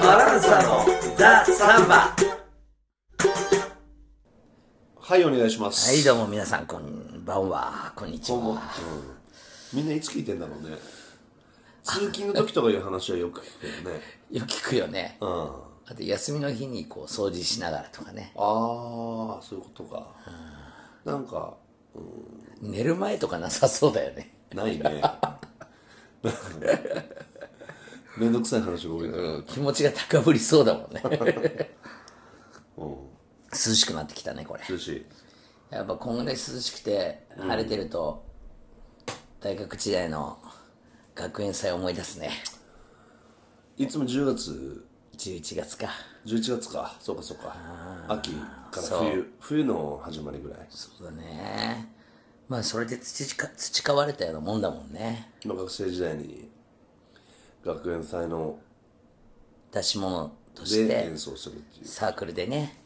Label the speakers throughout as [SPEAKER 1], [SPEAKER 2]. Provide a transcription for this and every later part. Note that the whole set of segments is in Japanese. [SPEAKER 1] バランサのザ・サンバ
[SPEAKER 2] はい、お願いします。
[SPEAKER 1] はいどうも皆さんこんばんはこんにち
[SPEAKER 2] どうも。うん
[SPEAKER 1] は
[SPEAKER 2] みんないつ聞いてんだろうね。通勤の時とかいう話はよく聞くよね。
[SPEAKER 1] よく聞くよね
[SPEAKER 2] うん。
[SPEAKER 1] あと休みの日にこう掃除しながらとかね
[SPEAKER 2] ああ、そういうことか。なんか、
[SPEAKER 1] 寝る前とかなさそうだよね
[SPEAKER 2] ないね。めんどくさい話が多いな。うん。
[SPEAKER 1] 気持ちが高ぶりそうだもんね涼しくなってきたねこれ
[SPEAKER 2] 涼しい。
[SPEAKER 1] やっぱこんぐらい涼しくて晴れてると、大学時代の学園祭を思い出すね
[SPEAKER 2] いつも10月、
[SPEAKER 1] 11月か
[SPEAKER 2] 11月か。そうかそうか。秋から
[SPEAKER 1] そ
[SPEAKER 2] 冬、冬の始まりぐらい。
[SPEAKER 1] そうだねまあそれで培培われたようなもんだもんね
[SPEAKER 2] の学生時代に、学園祭の
[SPEAKER 1] 出し物とし
[SPEAKER 2] で
[SPEAKER 1] て
[SPEAKER 2] 演奏するっていう。
[SPEAKER 1] サークルでね、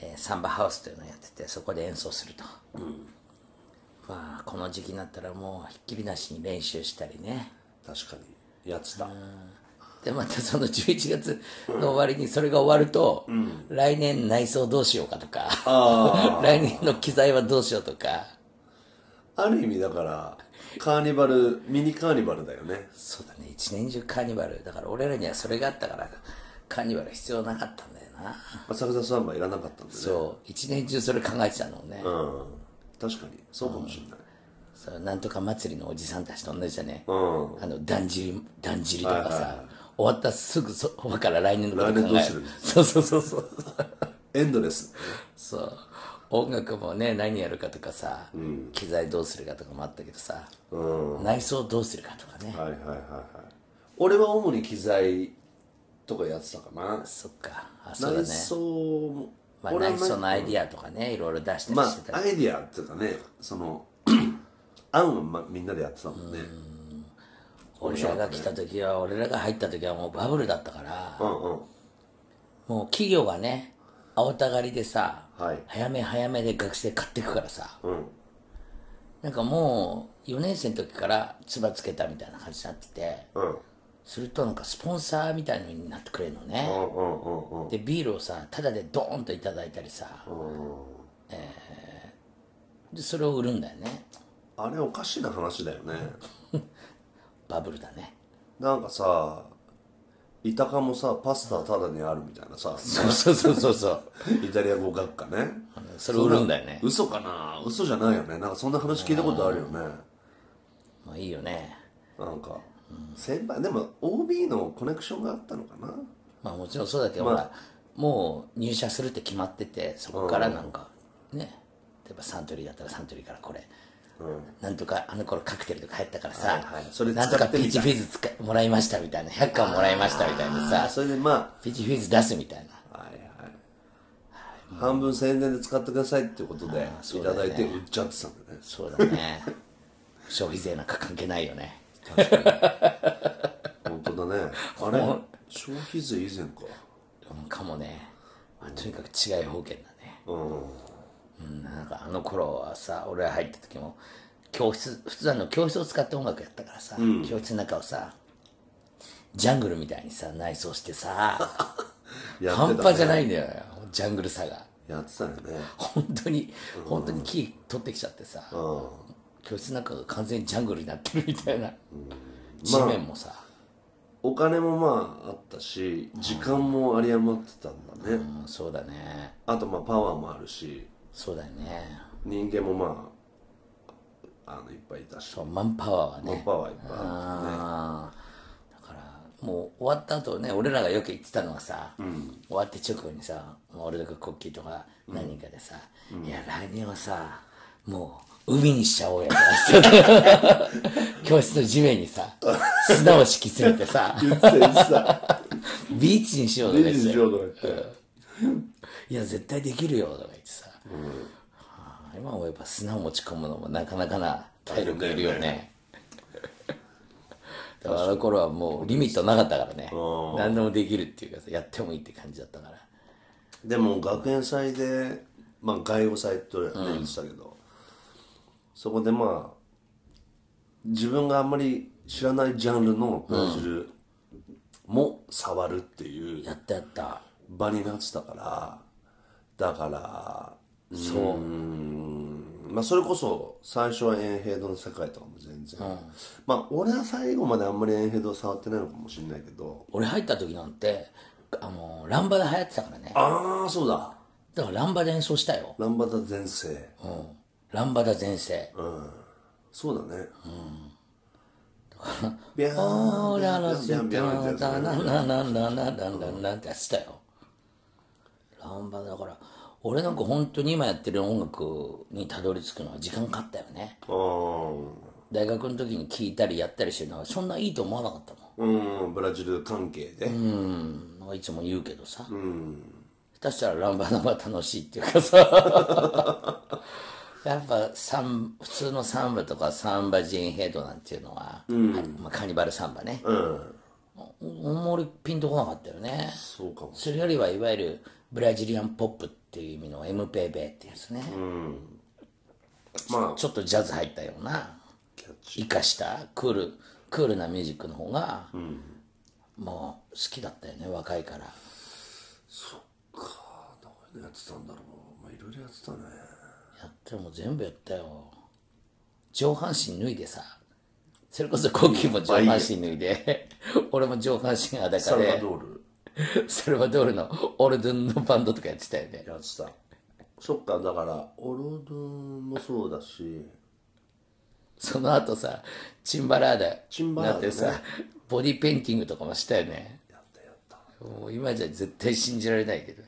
[SPEAKER 1] えーサンバハウスというのをやっててそこで演奏すると、まあこの時期になったらもうひっきりなしに練習したりね
[SPEAKER 2] 確かに。やってた。
[SPEAKER 1] でまたその11月の終わりにそれが終わると、来年内装どうしようかとか 来年の機材はどうしようとか
[SPEAKER 2] ある意味だから、カーニバル、ミニカーニバルだよね。
[SPEAKER 1] そうだね一年中カーニバルだから俺らにはそれがあったからカーニバル必要なかったんだよな
[SPEAKER 2] 浅草サンバいらなかったんでね。
[SPEAKER 1] そう一年中それ考えてたのね、
[SPEAKER 2] うん。確かに。そうかもしれない。
[SPEAKER 1] そうなんとか祭りのおじさんたちと同じだね、
[SPEAKER 2] うん。
[SPEAKER 1] あのだんじりだんじりとかさ、
[SPEAKER 2] はいはい
[SPEAKER 1] 終わったすぐそこから来年のこと考え
[SPEAKER 2] 来年どうする
[SPEAKER 1] そうそうそうそう
[SPEAKER 2] エンドレス。
[SPEAKER 1] そう音楽もね何やるかとかさ、機材どうするかとかもあったけどさ、内装どうするかとかね、
[SPEAKER 2] はいはいはいはい。俺は主に機材とかやってたかな。
[SPEAKER 1] そっかあそうだ
[SPEAKER 2] 内
[SPEAKER 1] ね、
[SPEAKER 2] 装も。
[SPEAKER 1] まあ、
[SPEAKER 2] 俺は
[SPEAKER 1] 内
[SPEAKER 2] ね
[SPEAKER 1] 装のアイディアとかねいろいろ出した
[SPEAKER 2] ま
[SPEAKER 1] りしてたり
[SPEAKER 2] あ、アイディアっていうかね、その、 案はまみんなでやってたもんね。
[SPEAKER 1] 俺らが来た時は俺らが入った時はもうバブルだったから、
[SPEAKER 2] うんうん。
[SPEAKER 1] もう企業がね青たがりでさ、
[SPEAKER 2] はい
[SPEAKER 1] 早め早めで学生買ってくからさ
[SPEAKER 2] うん。
[SPEAKER 1] なんかもう4年生の時からつばつけたみたいな感じになってて
[SPEAKER 2] うん。
[SPEAKER 1] するとなんかスポンサーみたいのになってくれるの
[SPEAKER 2] う
[SPEAKER 1] ね、
[SPEAKER 2] んうんうんうん。
[SPEAKER 1] でビールをさタダでドーンといただいたりさ、えーでそれを売るんだよね
[SPEAKER 2] あれおかしいな話だよね。
[SPEAKER 1] バブルだね
[SPEAKER 2] なんかさ、イタカもさ、パスタただにあるみたいなさ、
[SPEAKER 1] そうそうそうそうそう
[SPEAKER 2] イタリア語学科ね。
[SPEAKER 1] それ売るんだよね
[SPEAKER 2] 嘘かな嘘じゃないよね。なんかそんな話聞いたことあるよね。
[SPEAKER 1] まあいいよね
[SPEAKER 2] なんか、先輩、でも OB のコネクションがあったのかな
[SPEAKER 1] まあもちろんそうだけど、
[SPEAKER 2] まあ
[SPEAKER 1] ほらもう入社するって決まっててそこからなんか、ね例えばサントリーだったらサントリーからこれ、なんとかあの頃カクテルとか入ったからさ、
[SPEAKER 2] はいはいそれ使
[SPEAKER 1] な
[SPEAKER 2] っ
[SPEAKER 1] ん
[SPEAKER 2] て
[SPEAKER 1] と
[SPEAKER 2] みた
[SPEAKER 1] かピーチフィズ使もらいましたみたいな100巻もらいましたみたいなさ
[SPEAKER 2] あそれでま
[SPEAKER 1] ピーチフィズ出すみたいな
[SPEAKER 2] あ、はいはい。半分宣伝で使ってくださいっていうことで、いただいて売っちゃってたんだね。
[SPEAKER 1] そうだね消費税なんか関係ないよね
[SPEAKER 2] 本当 だね。あれ消費税以前か。
[SPEAKER 1] うんかもね、まあとにかく違い方言だね
[SPEAKER 2] うん。
[SPEAKER 1] うんなんかあの頃はさ俺が入った時も教室普段の教室を使って音楽やったからさ、教室の中をさジャングルみたいにさ内装してさ
[SPEAKER 2] やってたね
[SPEAKER 1] 半端じゃないんだよジャングルさが
[SPEAKER 2] やってたよね。
[SPEAKER 1] 本当に本当に木取ってきちゃってさ、
[SPEAKER 2] うん。
[SPEAKER 1] 教室の中が完全にジャングルになってるみたいな、地面もさ、
[SPEAKER 2] お金もまああったし時間も有り余ってたんだね、
[SPEAKER 1] うん、そうだね
[SPEAKER 2] あとまあパワーもあるし
[SPEAKER 1] そうだよね
[SPEAKER 2] 人間もまああのいっぱいいたし
[SPEAKER 1] そうマンパワーはね
[SPEAKER 2] パワーいっぱいあるね
[SPEAKER 1] あーだからもう終わった後ね俺らがよく言ってたのはさ、終わって直後にさまあ俺とかコッキーとか何人かでさ「いや来年はさもう海にしちゃおうよ」とか言ってた教室の地面にさ砂を敷き詰めてさ
[SPEAKER 2] 言ってた言ってた
[SPEAKER 1] ビーチにしようとか言
[SPEAKER 2] レ
[SPEAKER 1] っ
[SPEAKER 2] ジ
[SPEAKER 1] て
[SPEAKER 2] し
[SPEAKER 1] さ
[SPEAKER 2] ようとか言って
[SPEAKER 1] 「いや絶対できるよ」とか言ってさ、はあ今思えば砂を持ち込むのもなかなかな体力いるよ
[SPEAKER 2] 大変だよ
[SPEAKER 1] ねだからあの頃はもうリミットなかったからね
[SPEAKER 2] うん
[SPEAKER 1] 何でもできるっていうかさやってもいいって感じだったから
[SPEAKER 2] でも学園祭でまあ外語祭とね言ってたけど、そこでまあ自分があんまり知らないジャンルのブラジルも触るっていう
[SPEAKER 1] やったやった
[SPEAKER 2] 場になってたからだから
[SPEAKER 1] そう
[SPEAKER 2] まあ、それこそ最初はエンヘイドの世界とかも全然、まあ俺は最後まであんまりエンヘイドは触ってないのかもしれないけど
[SPEAKER 1] 俺入った時なんてあのランバダ流行ってたからね
[SPEAKER 2] ああそうだ
[SPEAKER 1] だからランバダ演奏したよ、
[SPEAKER 2] ランバダ全盛
[SPEAKER 1] うん、ランバダ全盛
[SPEAKER 2] そうだねうんビャーン
[SPEAKER 1] 「ララ
[SPEAKER 2] ビ
[SPEAKER 1] ス
[SPEAKER 2] ャンビ
[SPEAKER 1] タ
[SPEAKER 2] ャンビャンビャ
[SPEAKER 1] ナナナ
[SPEAKER 2] ン
[SPEAKER 1] ナナナナナナ」ってやってたよランバダだから俺なんか本当に今やってる音楽にたどり着くのは時間かかったよね
[SPEAKER 2] あー
[SPEAKER 1] 大学の時に聴いたりやったりしてるのはそんないいと思わなかったもん
[SPEAKER 2] うんブラジル関係で、
[SPEAKER 1] うんなんかいつも言うけどさ、下手したらランバダが楽しいっていうかさ やっぱサン普通のサンバとかサンバジンヘイドなんていうのは、はいまあ、カニバルサンバね、あんまりピンとこなかったよね
[SPEAKER 2] そうかも
[SPEAKER 1] それよりはいわゆるブラジリアンポップっていう意味のエムペベってやつね、
[SPEAKER 2] まあ
[SPEAKER 1] ちょっとジャズ入ったような
[SPEAKER 2] キャッチ
[SPEAKER 1] 生かしたクールクールなミュージックの方が、もう好きだったよね若いから。
[SPEAKER 2] やってたんだろうまあいろいろやってたね
[SPEAKER 1] やっても全部やったよ上半身脱いでさそれこそコッキーも上半身脱いで 俺も上半身
[SPEAKER 2] サ
[SPEAKER 1] 裸
[SPEAKER 2] ルバ
[SPEAKER 1] で
[SPEAKER 2] ドール
[SPEAKER 1] サルバドールのオルドゥンのバンドとかやってたよね
[SPEAKER 2] やってたそっかだからオロドンもそうだし
[SPEAKER 1] その後さチンバラーダ
[SPEAKER 2] チンバラーダ
[SPEAKER 1] なっ
[SPEAKER 2] ね
[SPEAKER 1] てさボディペインティングとかもしたよね
[SPEAKER 2] やったやった
[SPEAKER 1] もう今じゃ絶対信じられないけど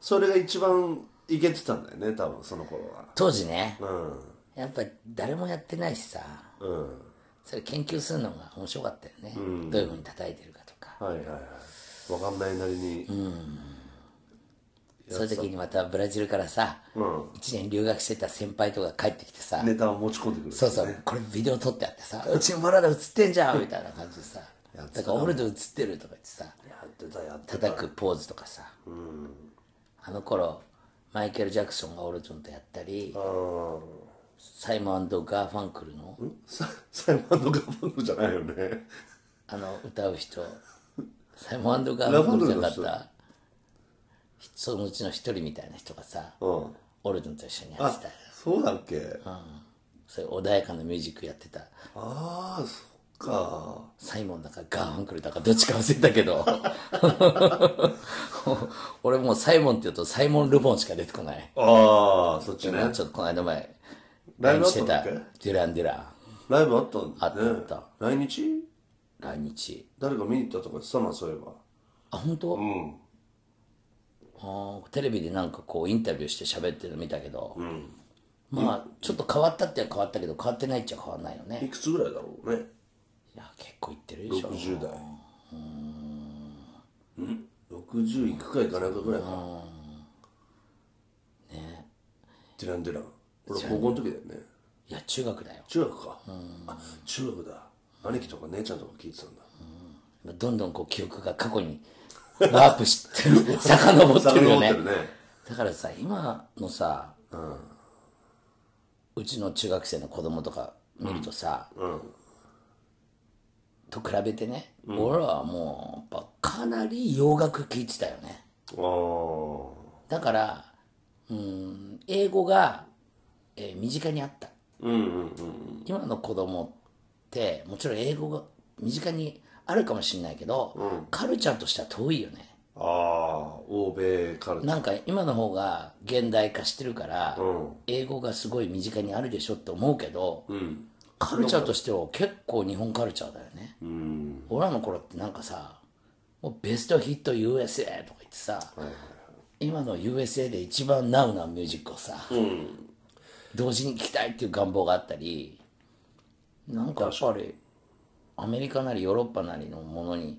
[SPEAKER 2] それが一番いけてたんだよね多分その頃は
[SPEAKER 1] 当時ね
[SPEAKER 2] う
[SPEAKER 1] やっぱ誰もやってないしさ
[SPEAKER 2] んうん
[SPEAKER 1] それ研究するのが面白かったよね、どういうふうに叩いてるかとか
[SPEAKER 2] はいはいはいわかんないなりに
[SPEAKER 1] そういう時にまたブラジルからさ、一1年留学してた先輩とか帰ってきてさ、
[SPEAKER 2] ネタを持ち込んでくる、
[SPEAKER 1] そうそう、これビデオ撮ってあってさ、うちのマラダ映ってんじゃんみたいな感じでさ、だから俺で映ってるとか言ってさ、
[SPEAKER 2] やってたやってた
[SPEAKER 1] 叩くポーズとかさ、あの頃、マイケル・ジャクソンがオルトンとやったり、サイモンガーファンクルの
[SPEAKER 2] さサイモンドガバンドじゃないよね
[SPEAKER 1] あの歌う人、 サイモンガーファンクルじゃなか
[SPEAKER 2] ラ
[SPEAKER 1] った、そのうちの一人みたいな人がさ、
[SPEAKER 2] うん
[SPEAKER 1] オルトンと一緒にやっ
[SPEAKER 2] あ
[SPEAKER 1] てたよ
[SPEAKER 2] そうだっけ、あ
[SPEAKER 1] そういう穏やかなミュージックやってた
[SPEAKER 2] あーそっか
[SPEAKER 1] サイモンだかガーファンクルだかどっちか忘れたけ ど俺もうサイモンって言うとサイモン・ルボンしか出てこない
[SPEAKER 2] ああそっちね
[SPEAKER 1] 今ちょっとこの間前
[SPEAKER 2] ライ
[SPEAKER 1] LINE
[SPEAKER 2] ブあ
[SPEAKER 1] し
[SPEAKER 2] ってたんだ
[SPEAKER 1] た
[SPEAKER 2] っけ
[SPEAKER 1] デュラン・デュラン
[SPEAKER 2] ライブあったんだ、ね、
[SPEAKER 1] あったあっ
[SPEAKER 2] 来日
[SPEAKER 1] 来日
[SPEAKER 2] 誰か見に行ったとか言ってたなそういえば
[SPEAKER 1] あ本当、
[SPEAKER 2] ん
[SPEAKER 1] あーテレビでなんかこうインタビューして喋ってるの見たけど、まあちょっと変わったっては変わったけど変わってないっちゃ変わんないよね
[SPEAKER 2] いくつぐらいだろうね
[SPEAKER 1] いや結構いってるでしょ
[SPEAKER 2] 60代うん60いくかいかないかぐらいかなねデュラン・デュラン俺高校の時だよね
[SPEAKER 1] いや中学だよ
[SPEAKER 2] 中学かあ中学だ兄貴とか姉ちゃんとか聞いてたんだ
[SPEAKER 1] どんどんこう記憶が過去にワープ してる遡ってるよね
[SPEAKER 2] 遡ってるね
[SPEAKER 1] だからさ今のさ、うちの中学生の子供とか見るとさ、と比べてね、俺らはもうやっぱかなり洋楽聴いてたよね
[SPEAKER 2] ああ
[SPEAKER 1] だからうん英語が、えー身近にあった
[SPEAKER 2] うんうんうん
[SPEAKER 1] 今の子供ってもちろん英語が身近にあるかもしれないけど、カルチャーとしては遠いよね
[SPEAKER 2] ああ欧米カルチャー
[SPEAKER 1] なんか今の方が現代化してるから、
[SPEAKER 2] ん
[SPEAKER 1] 英語がすごい身近にあるでしょって思うけど、カルチャーとしては結構日本カルチャーだよね、
[SPEAKER 2] うん
[SPEAKER 1] 俺らの頃ってなんかさもうベストヒット USA とか言ってさ、今の USA で一番ナウなミュージックをさ、同時に聴きたいっていう願望があったりなんかやっぱりアメリカなりヨーロッパなりのものに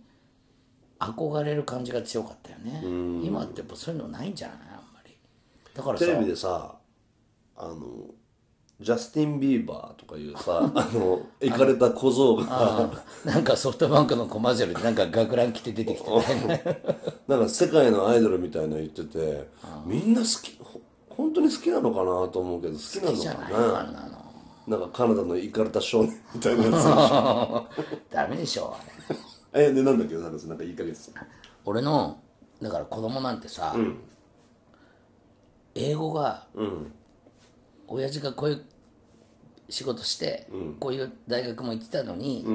[SPEAKER 1] 憧れる感じが強かったよね今ってやっぱそういうのないんじゃないあんまりだからさ
[SPEAKER 2] テレビでさあのジャスティン・ビーバーとかい うさあのいかれた小僧が
[SPEAKER 1] なんかソフトバンクのコマーシャルでなんか学ラン着て出て きてね
[SPEAKER 2] なんか世界のアイドルみたいなの言っててみんな好きほ本当に好きなのかなと思うけど好きな
[SPEAKER 1] じゃ
[SPEAKER 2] の
[SPEAKER 1] ない
[SPEAKER 2] か
[SPEAKER 1] あ
[SPEAKER 2] なん
[SPEAKER 1] なの
[SPEAKER 2] なんかカナダのイカれた少年みたいなやつでしょ
[SPEAKER 1] ダメでしょあれ
[SPEAKER 2] えでなんだっけなんかなんかいい加減です
[SPEAKER 1] 俺のだから子供なんてさ、英語が、親父がこういう仕事して、こういう大学も行ってたのに、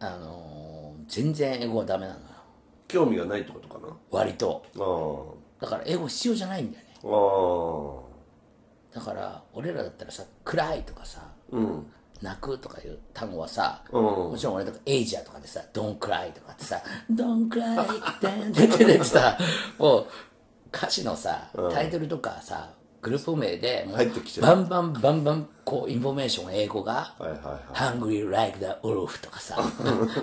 [SPEAKER 1] あのー全然英語はダメなのよ
[SPEAKER 2] 興味がないってことかな
[SPEAKER 1] 割と
[SPEAKER 2] あー
[SPEAKER 1] だから英語必要じゃないんだよね
[SPEAKER 2] あー
[SPEAKER 1] だから俺らだったらさ「暗い」とかさ「泣く」とかいう単語はさ、もちろん俺とか「エイジャー」とかでさ「ドンクライ」とかってさ「ドンクライ」って出てて さもう歌詞のさタイトルとかさグループ名でもう
[SPEAKER 2] 入ってきてる
[SPEAKER 1] バンバンバンバンこうインフォメーション英語が
[SPEAKER 2] はいはいはい
[SPEAKER 1] Hungry like the wolf とかさ、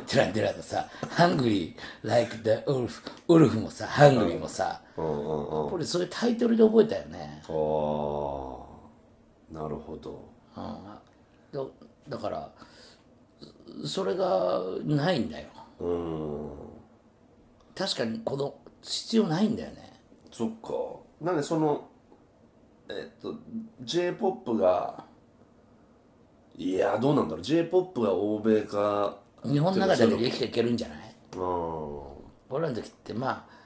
[SPEAKER 1] テラテラのさ、Hungry like the wolf、ウルフもさ、Hungry もさ、
[SPEAKER 2] うんうんうん
[SPEAKER 1] これそれタイトルで覚えたよね。
[SPEAKER 2] あーなるほど
[SPEAKER 1] だだからそそれがないんだよ
[SPEAKER 2] うん
[SPEAKER 1] 確かにこの必要ないんだよね
[SPEAKER 2] そっかなんでそのえっと j p o p がいやどうなんだろう j p o p が欧米化
[SPEAKER 1] 日本の中だけで生きていけるんじゃない
[SPEAKER 2] うん
[SPEAKER 1] 俺らの時ってまあ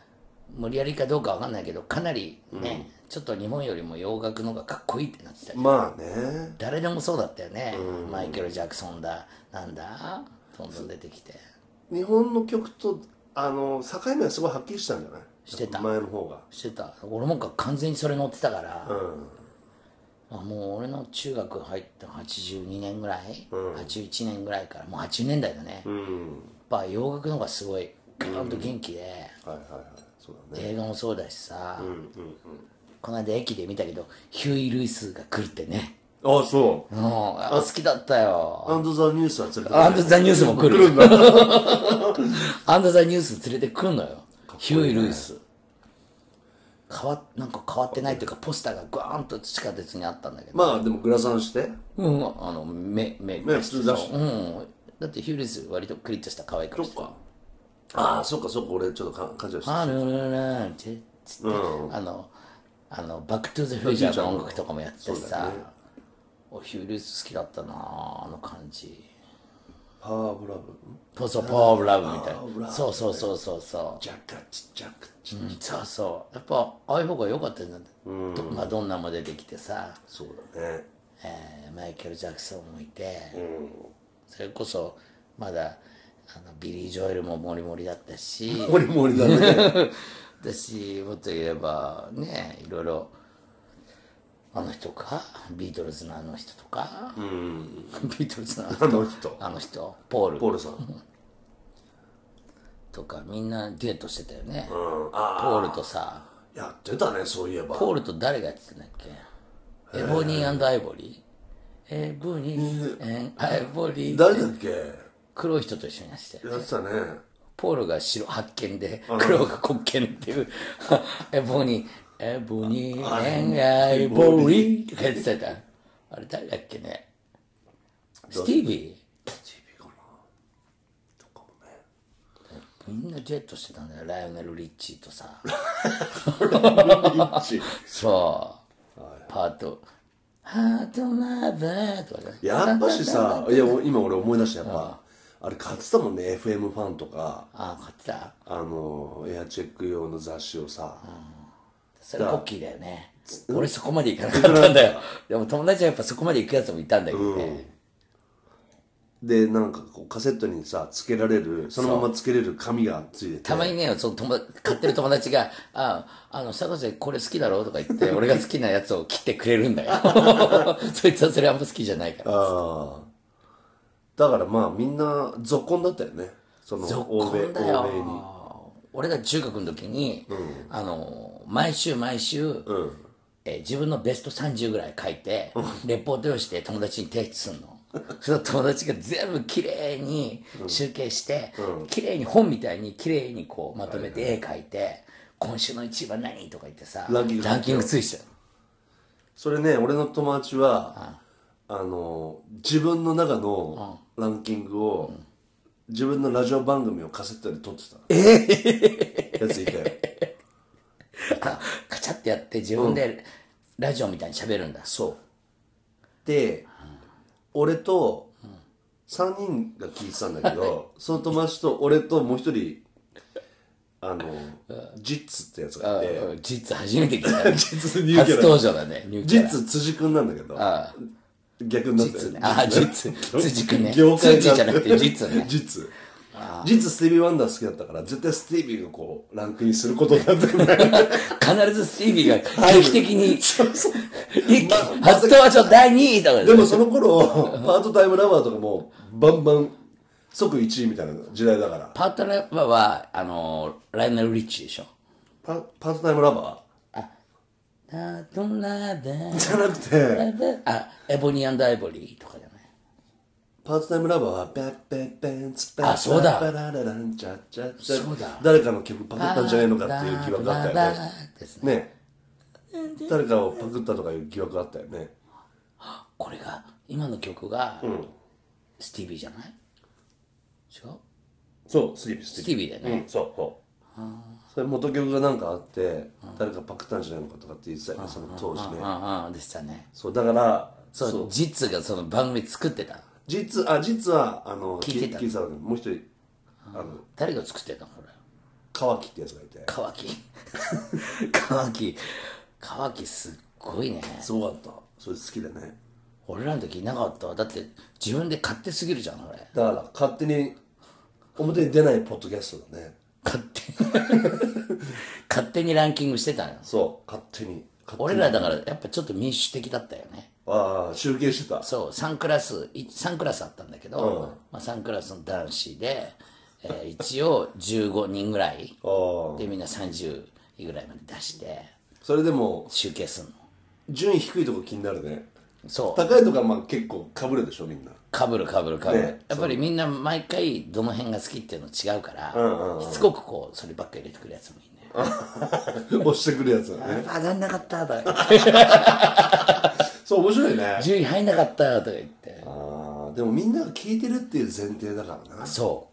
[SPEAKER 1] 無理やりかどうかわかんないけどかなりね、ちょっと日本よりも洋楽の方がかっこいいってなってたり
[SPEAKER 2] まあね
[SPEAKER 1] 誰でもそうだったよね、マイケル・ジャクソンだなんだどんどん出てきて
[SPEAKER 2] 日本の曲とあの境目はすごいはっきりしたんじゃない
[SPEAKER 1] してた
[SPEAKER 2] 前の方が
[SPEAKER 1] してた俺も完全にそれ乗ってたから、
[SPEAKER 2] うん
[SPEAKER 1] まあ、もう俺の中学入ったの82年ぐらい、81年ぐらいからもう80年代だね、やっ
[SPEAKER 2] うん
[SPEAKER 1] ぱ洋楽の方がすごいガーンと元気で、
[SPEAKER 2] はいはいはいそうだね
[SPEAKER 1] 映画もそうだしさ、この間駅で見たけどヒューイ・ルイスが来るってね
[SPEAKER 2] あそ
[SPEAKER 1] うんあ好きだった
[SPEAKER 2] うア
[SPEAKER 1] よ
[SPEAKER 2] ンドザニュースは連れて
[SPEAKER 1] アンド・ザ・ニュースも来る
[SPEAKER 2] んだ
[SPEAKER 1] アンド・ザ・ニュース連れてくんのよヒューイ・ルイス変わなんか変わってないというかポスターがガーンと地下鉄にあったんだけど
[SPEAKER 2] まあでもグラサンして
[SPEAKER 1] うん、あの目目
[SPEAKER 2] 目普通だし
[SPEAKER 1] うん、だってヒューリス割とクリッとした可愛い顔してる
[SPEAKER 2] ああそっかそっか俺ちょっとか勘違いしてた
[SPEAKER 1] あルルルーンってつって、あのあのバック・トゥ・ザ・フューチャーの音楽とかもやってたしさ、おヒューリス好きだったなあの感じ
[SPEAKER 2] パワーブラブ
[SPEAKER 1] そうそうパワー・オブ・ラブみたいなそうそうそうそうそ
[SPEAKER 2] ジャカチジャカチ
[SPEAKER 1] う、うん、そうそうやっぱああいう方が良かったんだって、どマドンナも出てきてさ、
[SPEAKER 2] そうだね
[SPEAKER 1] えーマイケル・ジャクソンもいて、それこそまだあのビリー・ジョエルもモリモリだったし
[SPEAKER 2] モリモリだね
[SPEAKER 1] だしもっと言えばねいろいろあの人かビートルズのあの人とか、 ビートルズのあの
[SPEAKER 2] あ
[SPEAKER 1] 人
[SPEAKER 2] の人
[SPEAKER 1] あの人ポール
[SPEAKER 2] ポールさんうん
[SPEAKER 1] とかみんなデートしてたよね、
[SPEAKER 2] あ
[SPEAKER 1] ポールとさ
[SPEAKER 2] あやってたねそういえば
[SPEAKER 1] ポールと誰がやってたんだっけエボニーアイボリーエボニーアイボリー
[SPEAKER 2] 誰だっけ
[SPEAKER 1] 黒い人と一緒にやってたよ
[SPEAKER 2] やってたね
[SPEAKER 1] ポールが白発見で、黒が黒見っていう、 エボニー、エボニー、エンガイボリーとか言ってた。あれ誰だっけねスティービーみんなデュエットしてたんだよ。ライオネル・リッチーとさ。そう。パート。ハートラブーとかね。
[SPEAKER 2] やっぱしさいやお今俺思い出したやっぱあれ買ってたもんね FM ファンとか
[SPEAKER 1] あ、買ってた
[SPEAKER 2] あのエアチェック用の雑誌をさ
[SPEAKER 1] それコッキーだよね。俺そこまで行かなかったんだよ。でも友達はやっぱそこまで行くやつもいたんだけどね。
[SPEAKER 2] でなんかこうカセットにさつけられるそのままつけれる紙がついてて
[SPEAKER 1] たまにね、その友達買ってる友達が、あ、あの、坂瀬これ好きだろうとか言 って、俺が好きなやつを切ってくれるんだよ。そいつはそれあんま好きじゃないから。
[SPEAKER 2] ああだからまあみんな続婚だったよねその欧米
[SPEAKER 1] こんだ
[SPEAKER 2] 欧米に
[SPEAKER 1] よ。俺が中学の時に、あの、毎週毎週、えー自分のベスト30ぐらい書いて、レポート用紙で友達に提出するの。その友達が全部綺麗に集計して、綺麗に本みたいに綺麗にこうまとめて絵描いて、今週の一番何とか言ってさ、
[SPEAKER 2] ランキング
[SPEAKER 1] ランキングついてたの。
[SPEAKER 2] それね俺の友達はあの自分の中のランキングを自分のラジオ番組をカセットで撮ってたやついたよ
[SPEAKER 1] あカチャってやって自分でラジオみたいに喋るんだ、
[SPEAKER 2] そうで俺と3人が聞いてたんだけど、その友達と俺ともう一人あのジッツってやつが
[SPEAKER 1] あ
[SPEAKER 2] いて
[SPEAKER 1] うん実初めて聞いたね
[SPEAKER 2] 実 ニュー
[SPEAKER 1] 初
[SPEAKER 2] キャラ
[SPEAKER 1] 登場だねニューキャラ
[SPEAKER 2] 実辻君なんだけど
[SPEAKER 1] あ
[SPEAKER 2] 逆になって
[SPEAKER 1] 実ねあ 実辻君ね
[SPEAKER 2] 業界
[SPEAKER 1] 辻じゃなくて実ね
[SPEAKER 2] 実実スティービー・ワンダー好きだったから絶対スティービーがこうランクインすることになってくる
[SPEAKER 1] あ必ずスティービーが劇的に
[SPEAKER 2] そうそう
[SPEAKER 1] 一気
[SPEAKER 2] ま
[SPEAKER 1] 初登場第2位とか
[SPEAKER 2] で
[SPEAKER 1] で
[SPEAKER 2] もその 頃パートタイムラバーとかもバンバン即1位みたいな時代だから
[SPEAKER 1] パートナーはあのライオネル・リッチでしょ
[SPEAKER 2] パパートタイムラバ
[SPEAKER 1] パートナーで
[SPEAKER 2] ーじゃなくて
[SPEAKER 1] あエボニーアイボリーとかじゃない
[SPEAKER 2] パートタイムラバーはペッペッペンツペッ
[SPEAKER 1] あそうだ
[SPEAKER 2] パララランチャッチャッチャ
[SPEAKER 1] そうだ
[SPEAKER 2] 誰かの曲パクったんじゃないのかっていう疑惑があったよね
[SPEAKER 1] ですね
[SPEAKER 2] ね誰かをパクったとかいう疑惑があったよね
[SPEAKER 1] これが今の曲が、スティービーじゃない違う
[SPEAKER 2] そうスティービース
[SPEAKER 1] スティービーだよね、
[SPEAKER 2] うんそうそうそれ元曲がなんかあって誰かパクったんじゃないのかとかって言ってたよねその当時ね
[SPEAKER 1] ああでしたね
[SPEAKER 2] そうだから
[SPEAKER 1] そう実がその番組作ってた
[SPEAKER 2] 実あ実はあの
[SPEAKER 1] 聞いてた
[SPEAKER 2] 聞いてたのもう一人あの
[SPEAKER 1] 誰が作ってたのこれ
[SPEAKER 2] 川木ってやつがいて
[SPEAKER 1] 乾き乾き乾きすっごいね
[SPEAKER 2] すごかったそれ好きだね
[SPEAKER 1] 俺らの時いなかったわだって自分で勝手すぎるじゃん俺
[SPEAKER 2] だから勝手に表に出ないポッドキャストだね
[SPEAKER 1] 勝手に勝手にランキングしてたのよ
[SPEAKER 2] そう勝手に勝手に
[SPEAKER 1] 俺らだからやっぱちょっと民主的だったよね
[SPEAKER 2] ああ集計してた
[SPEAKER 1] そう3クラスい3クラスあったんだけど、まあ、3クラスの男子で、えー一応15人ぐらい
[SPEAKER 2] ああ
[SPEAKER 1] でみんな30位ぐらいまで出して
[SPEAKER 2] それでも
[SPEAKER 1] 集計すんの
[SPEAKER 2] 順位低いとこ気になるね
[SPEAKER 1] そう
[SPEAKER 2] 高いとこはまあ結構かぶるでしょ みんな
[SPEAKER 1] かぶるかぶるかぶる、
[SPEAKER 2] ね
[SPEAKER 1] やっぱりみんな毎回どの辺が好きっていうの違うから、しつこくこうそればっか入れてくるやつもいいね
[SPEAKER 2] 押してくるやつだね
[SPEAKER 1] 上がんなかったと か
[SPEAKER 2] そう面白いね
[SPEAKER 1] 10位入んなかったとか言って
[SPEAKER 2] ああでもみんなが聞いてるっていう前提だからな
[SPEAKER 1] そ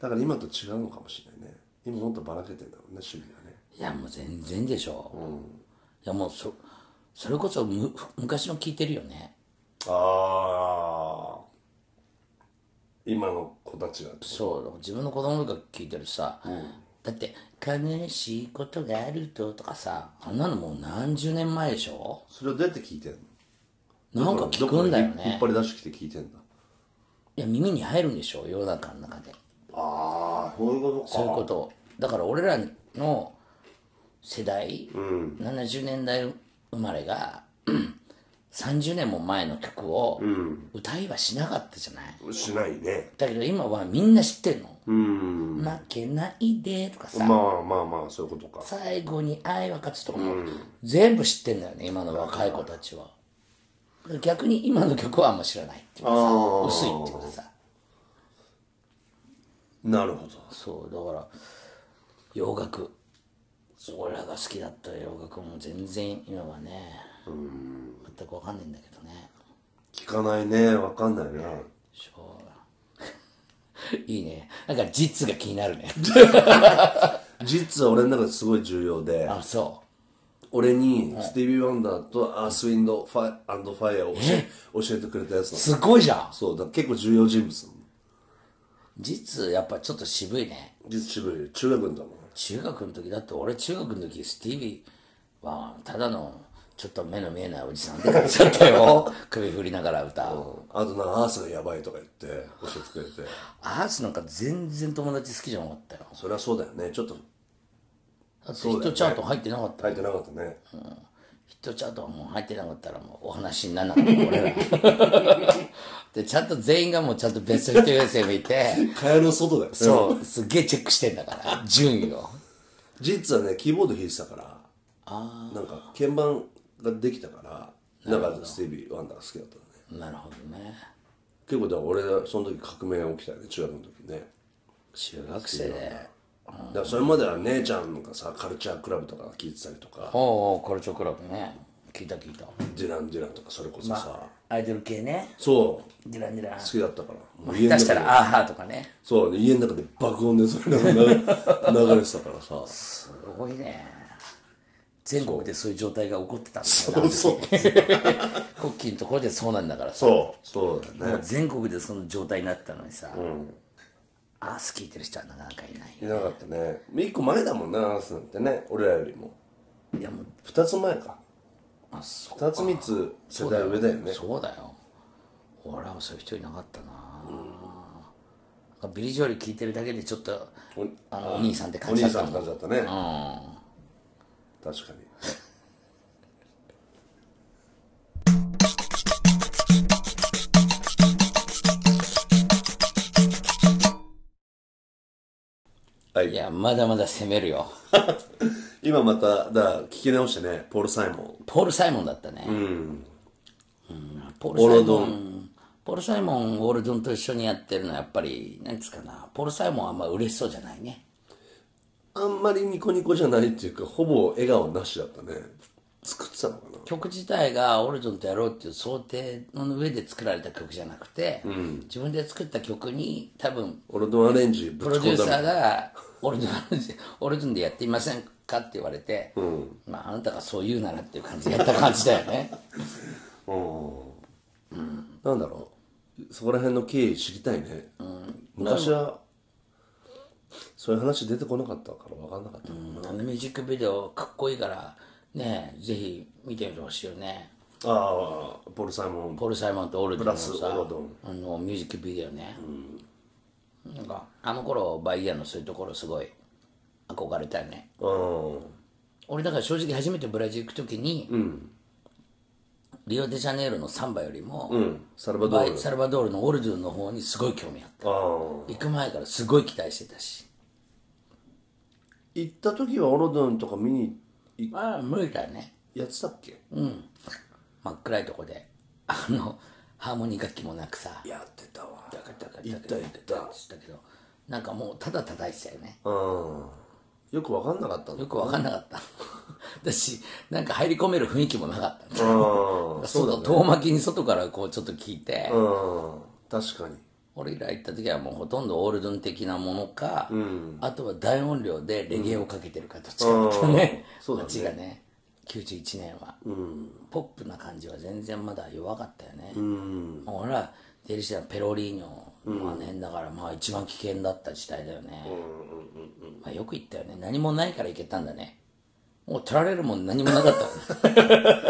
[SPEAKER 2] だから今と違うのかもしれないね今もっとばらけてんだもんね趣味がね
[SPEAKER 1] ういやもう全然でしょ、いやもうそそれこそむ昔の聞いてるよね
[SPEAKER 2] ああ今の子たちが
[SPEAKER 1] そう自分の子供とか聞いてるさ、だって「悲しいことがあると」とかさあんなのもう何十年前でしょ
[SPEAKER 2] それをどうやって聞いてんの
[SPEAKER 1] なんか聞くんだよ
[SPEAKER 2] どっかに引
[SPEAKER 1] ね
[SPEAKER 2] っ張り出してきて聞いてんだ
[SPEAKER 1] いや耳に入るんでしょ世の中の中で
[SPEAKER 2] ああそういうことか
[SPEAKER 1] そういうことだから俺らの世代、70年代生まれが うん30年も前の曲を歌いはしなかったじゃない、
[SPEAKER 2] しないね
[SPEAKER 1] だけど今はみんな知ってんの「
[SPEAKER 2] うん
[SPEAKER 1] 負けないで」とかさ
[SPEAKER 2] まあまあまあそういうことか
[SPEAKER 1] 最後に愛は勝つとかも全部知ってんだよね今の若い子たちは逆に今の曲はあんま知らないっていうかさ
[SPEAKER 2] ああ
[SPEAKER 1] 薄いっていうかさ
[SPEAKER 2] なるほど
[SPEAKER 1] そうだから洋楽俺らが好きだった洋楽も全然今はね全くわかんないんだけどね
[SPEAKER 2] 聞かないねわかんないな
[SPEAKER 1] しょういいねなんか実が気になるね
[SPEAKER 2] 実は俺の中ですごい重要で
[SPEAKER 1] あそ
[SPEAKER 2] 俺にスティービー・ワンダーとアース・ウィンド・ファイアンド・ファイアを教え教えてくれたやつな
[SPEAKER 1] う
[SPEAKER 2] の
[SPEAKER 1] すごいじゃん
[SPEAKER 2] そうだから結構重要人物なの
[SPEAKER 1] 実やっぱちょっと渋いね
[SPEAKER 2] 実渋い中学のだもん
[SPEAKER 1] 中学の時だって俺中学の時スティービーはただのちょっと目の見えないおじさんって感じだったよ首振りながら歌う
[SPEAKER 2] あとなんかアースがやばいとか言って教えてくれて
[SPEAKER 1] アースなんか全然友達好きじゃなかったよ
[SPEAKER 2] そりゃそうだよねちょっと
[SPEAKER 1] だってヒットチャート入ってなかった、
[SPEAKER 2] 書いてなかったね
[SPEAKER 1] ヒットチャートはもう入ってなかったらもうお話にならなかった俺らでちゃんと全員がもうちゃんと別の人優先見て
[SPEAKER 2] 蚊帳の外だよね
[SPEAKER 1] そうすっげえチェックしてんだから順位を
[SPEAKER 2] 実はねキーボード弾いてたからなんか鍵盤ができたからだからスティービー・ワンダーが好きだったのね
[SPEAKER 1] なるほどね
[SPEAKER 2] 結構だから俺その時革命が起きたよね中学の時ね
[SPEAKER 1] 中学生で
[SPEAKER 2] だからそれまでは姉ちゃんがさカルチャークラブとか聞いてたりとか
[SPEAKER 1] おうおうカルチョクラブね聞いた聞いた
[SPEAKER 2] ディラン・ディランとかそれこそさ、
[SPEAKER 1] アイドル系ね
[SPEAKER 2] そう
[SPEAKER 1] ディランディラン
[SPEAKER 2] 好きだったからもう家の
[SPEAKER 1] 出し
[SPEAKER 2] 中
[SPEAKER 1] た
[SPEAKER 2] で
[SPEAKER 1] ら「あーはー」とかね
[SPEAKER 2] そう家の 中で爆音でそれが流れ流れてたからさ
[SPEAKER 1] すごいね全国でそういう状態が起こってたんだから
[SPEAKER 2] そうそう
[SPEAKER 1] コッキーのところでそうなんだからさ
[SPEAKER 2] そうそうだ
[SPEAKER 1] もう
[SPEAKER 2] ね
[SPEAKER 1] 全国でその状態になったのにさ、アース聞いてる人はなかなかいない
[SPEAKER 2] いなかったね一個前だもんなアースなんてね俺らよりも
[SPEAKER 1] いやもう
[SPEAKER 2] 二つ前か
[SPEAKER 1] あそ
[SPEAKER 2] 二つ三つ世代上だよね
[SPEAKER 1] そうだよ俺はもうそういう人いなかったな、なんかビリー・ジョエル聞いてるだけでちょっと
[SPEAKER 2] お
[SPEAKER 1] あのお兄さんって
[SPEAKER 2] お
[SPEAKER 1] 感じだっ
[SPEAKER 2] 兄
[SPEAKER 1] た
[SPEAKER 2] さん
[SPEAKER 1] も
[SPEAKER 2] って
[SPEAKER 1] ん
[SPEAKER 2] 感じだったね確かにはい
[SPEAKER 1] いやまだまだ攻めるよ
[SPEAKER 2] 今まただから聞き直してねポール・サイモ
[SPEAKER 1] ポール・サイモンだったね、
[SPEAKER 2] ンうん
[SPEAKER 1] ポール・サイ
[SPEAKER 2] オロド
[SPEAKER 1] モンポール・サイモンオールドンと一緒にやってるのはやっぱりなんつうかなポール・サイモンはあんま嬉しそうじゃないね
[SPEAKER 2] あんまりニコニコじゃないっていうかほぼ笑顔なしだったね作ってたのかな
[SPEAKER 1] 曲自体がオルジョンとやろうっていう想定の上で作られた曲じゃなくて、自分で作った曲に多分
[SPEAKER 2] 俺のアレンジぶ
[SPEAKER 1] プ
[SPEAKER 2] ち
[SPEAKER 1] ロデュ
[SPEAKER 2] 込
[SPEAKER 1] ー
[SPEAKER 2] んだ
[SPEAKER 1] サ
[SPEAKER 2] の
[SPEAKER 1] ーが「オルジョンオルジョンでやってみませんか?」って言われて、まあ、あなたがそう言うならっていう感じでやった感じだよ ね
[SPEAKER 2] なんだろうそこら辺の経緯知りたいね、昔はそういう話出てこなかったから分かんなかった、
[SPEAKER 1] あのミュージックビデオかっこいいからねぜひ見てみてほしいよね
[SPEAKER 2] ああポール・サイモン
[SPEAKER 1] ポール・サイモンとオルドンのさ
[SPEAKER 2] ブラスオルドン
[SPEAKER 1] あのミュージックビデオね、なんかあの頃バイヤーのそういうところすごい憧れたよね
[SPEAKER 2] うん
[SPEAKER 1] 俺だから正直初めてブラジル行く時に、リオデジャネイロのサンバよりも、
[SPEAKER 2] うんサルバド
[SPEAKER 1] バイ
[SPEAKER 2] ール
[SPEAKER 1] サルバドールのオルドゥンの方にすごい興味あった
[SPEAKER 2] ああ
[SPEAKER 1] 行く前からすごい期待してたし
[SPEAKER 2] 行った時はオロドンとか見にい
[SPEAKER 1] まあ無理だね
[SPEAKER 2] やってたっけ、
[SPEAKER 1] 真っ暗いとこであのハーモニー楽器もなくさ
[SPEAKER 2] やってたわ
[SPEAKER 1] ダカダカダカ
[SPEAKER 2] 行った行った
[SPEAKER 1] ダカダカけどなんかもうただ叩いてたよね
[SPEAKER 2] うんよく分かんなかった
[SPEAKER 1] よく分かんなかった だしなんか入り込める雰囲気もなかった
[SPEAKER 2] のうんそう
[SPEAKER 1] 外遠巻きに外からこうちょっと聞いて、
[SPEAKER 2] うん確かに
[SPEAKER 1] 俺ら行った時はもうほとんどオールドン的なものか、あとは大音量でレゲエをかけてるかどっちかだったね、
[SPEAKER 2] うんそうだね
[SPEAKER 1] 街がね91年は、ポップな感じは全然まだ弱かったよね、もう俺らデリシャのペロリーニョのあの辺だから、まあ一番危険だった時代だよね、まあ、よく言ったよね何もないから行けたんだねもう取られるもん何もなかったもんね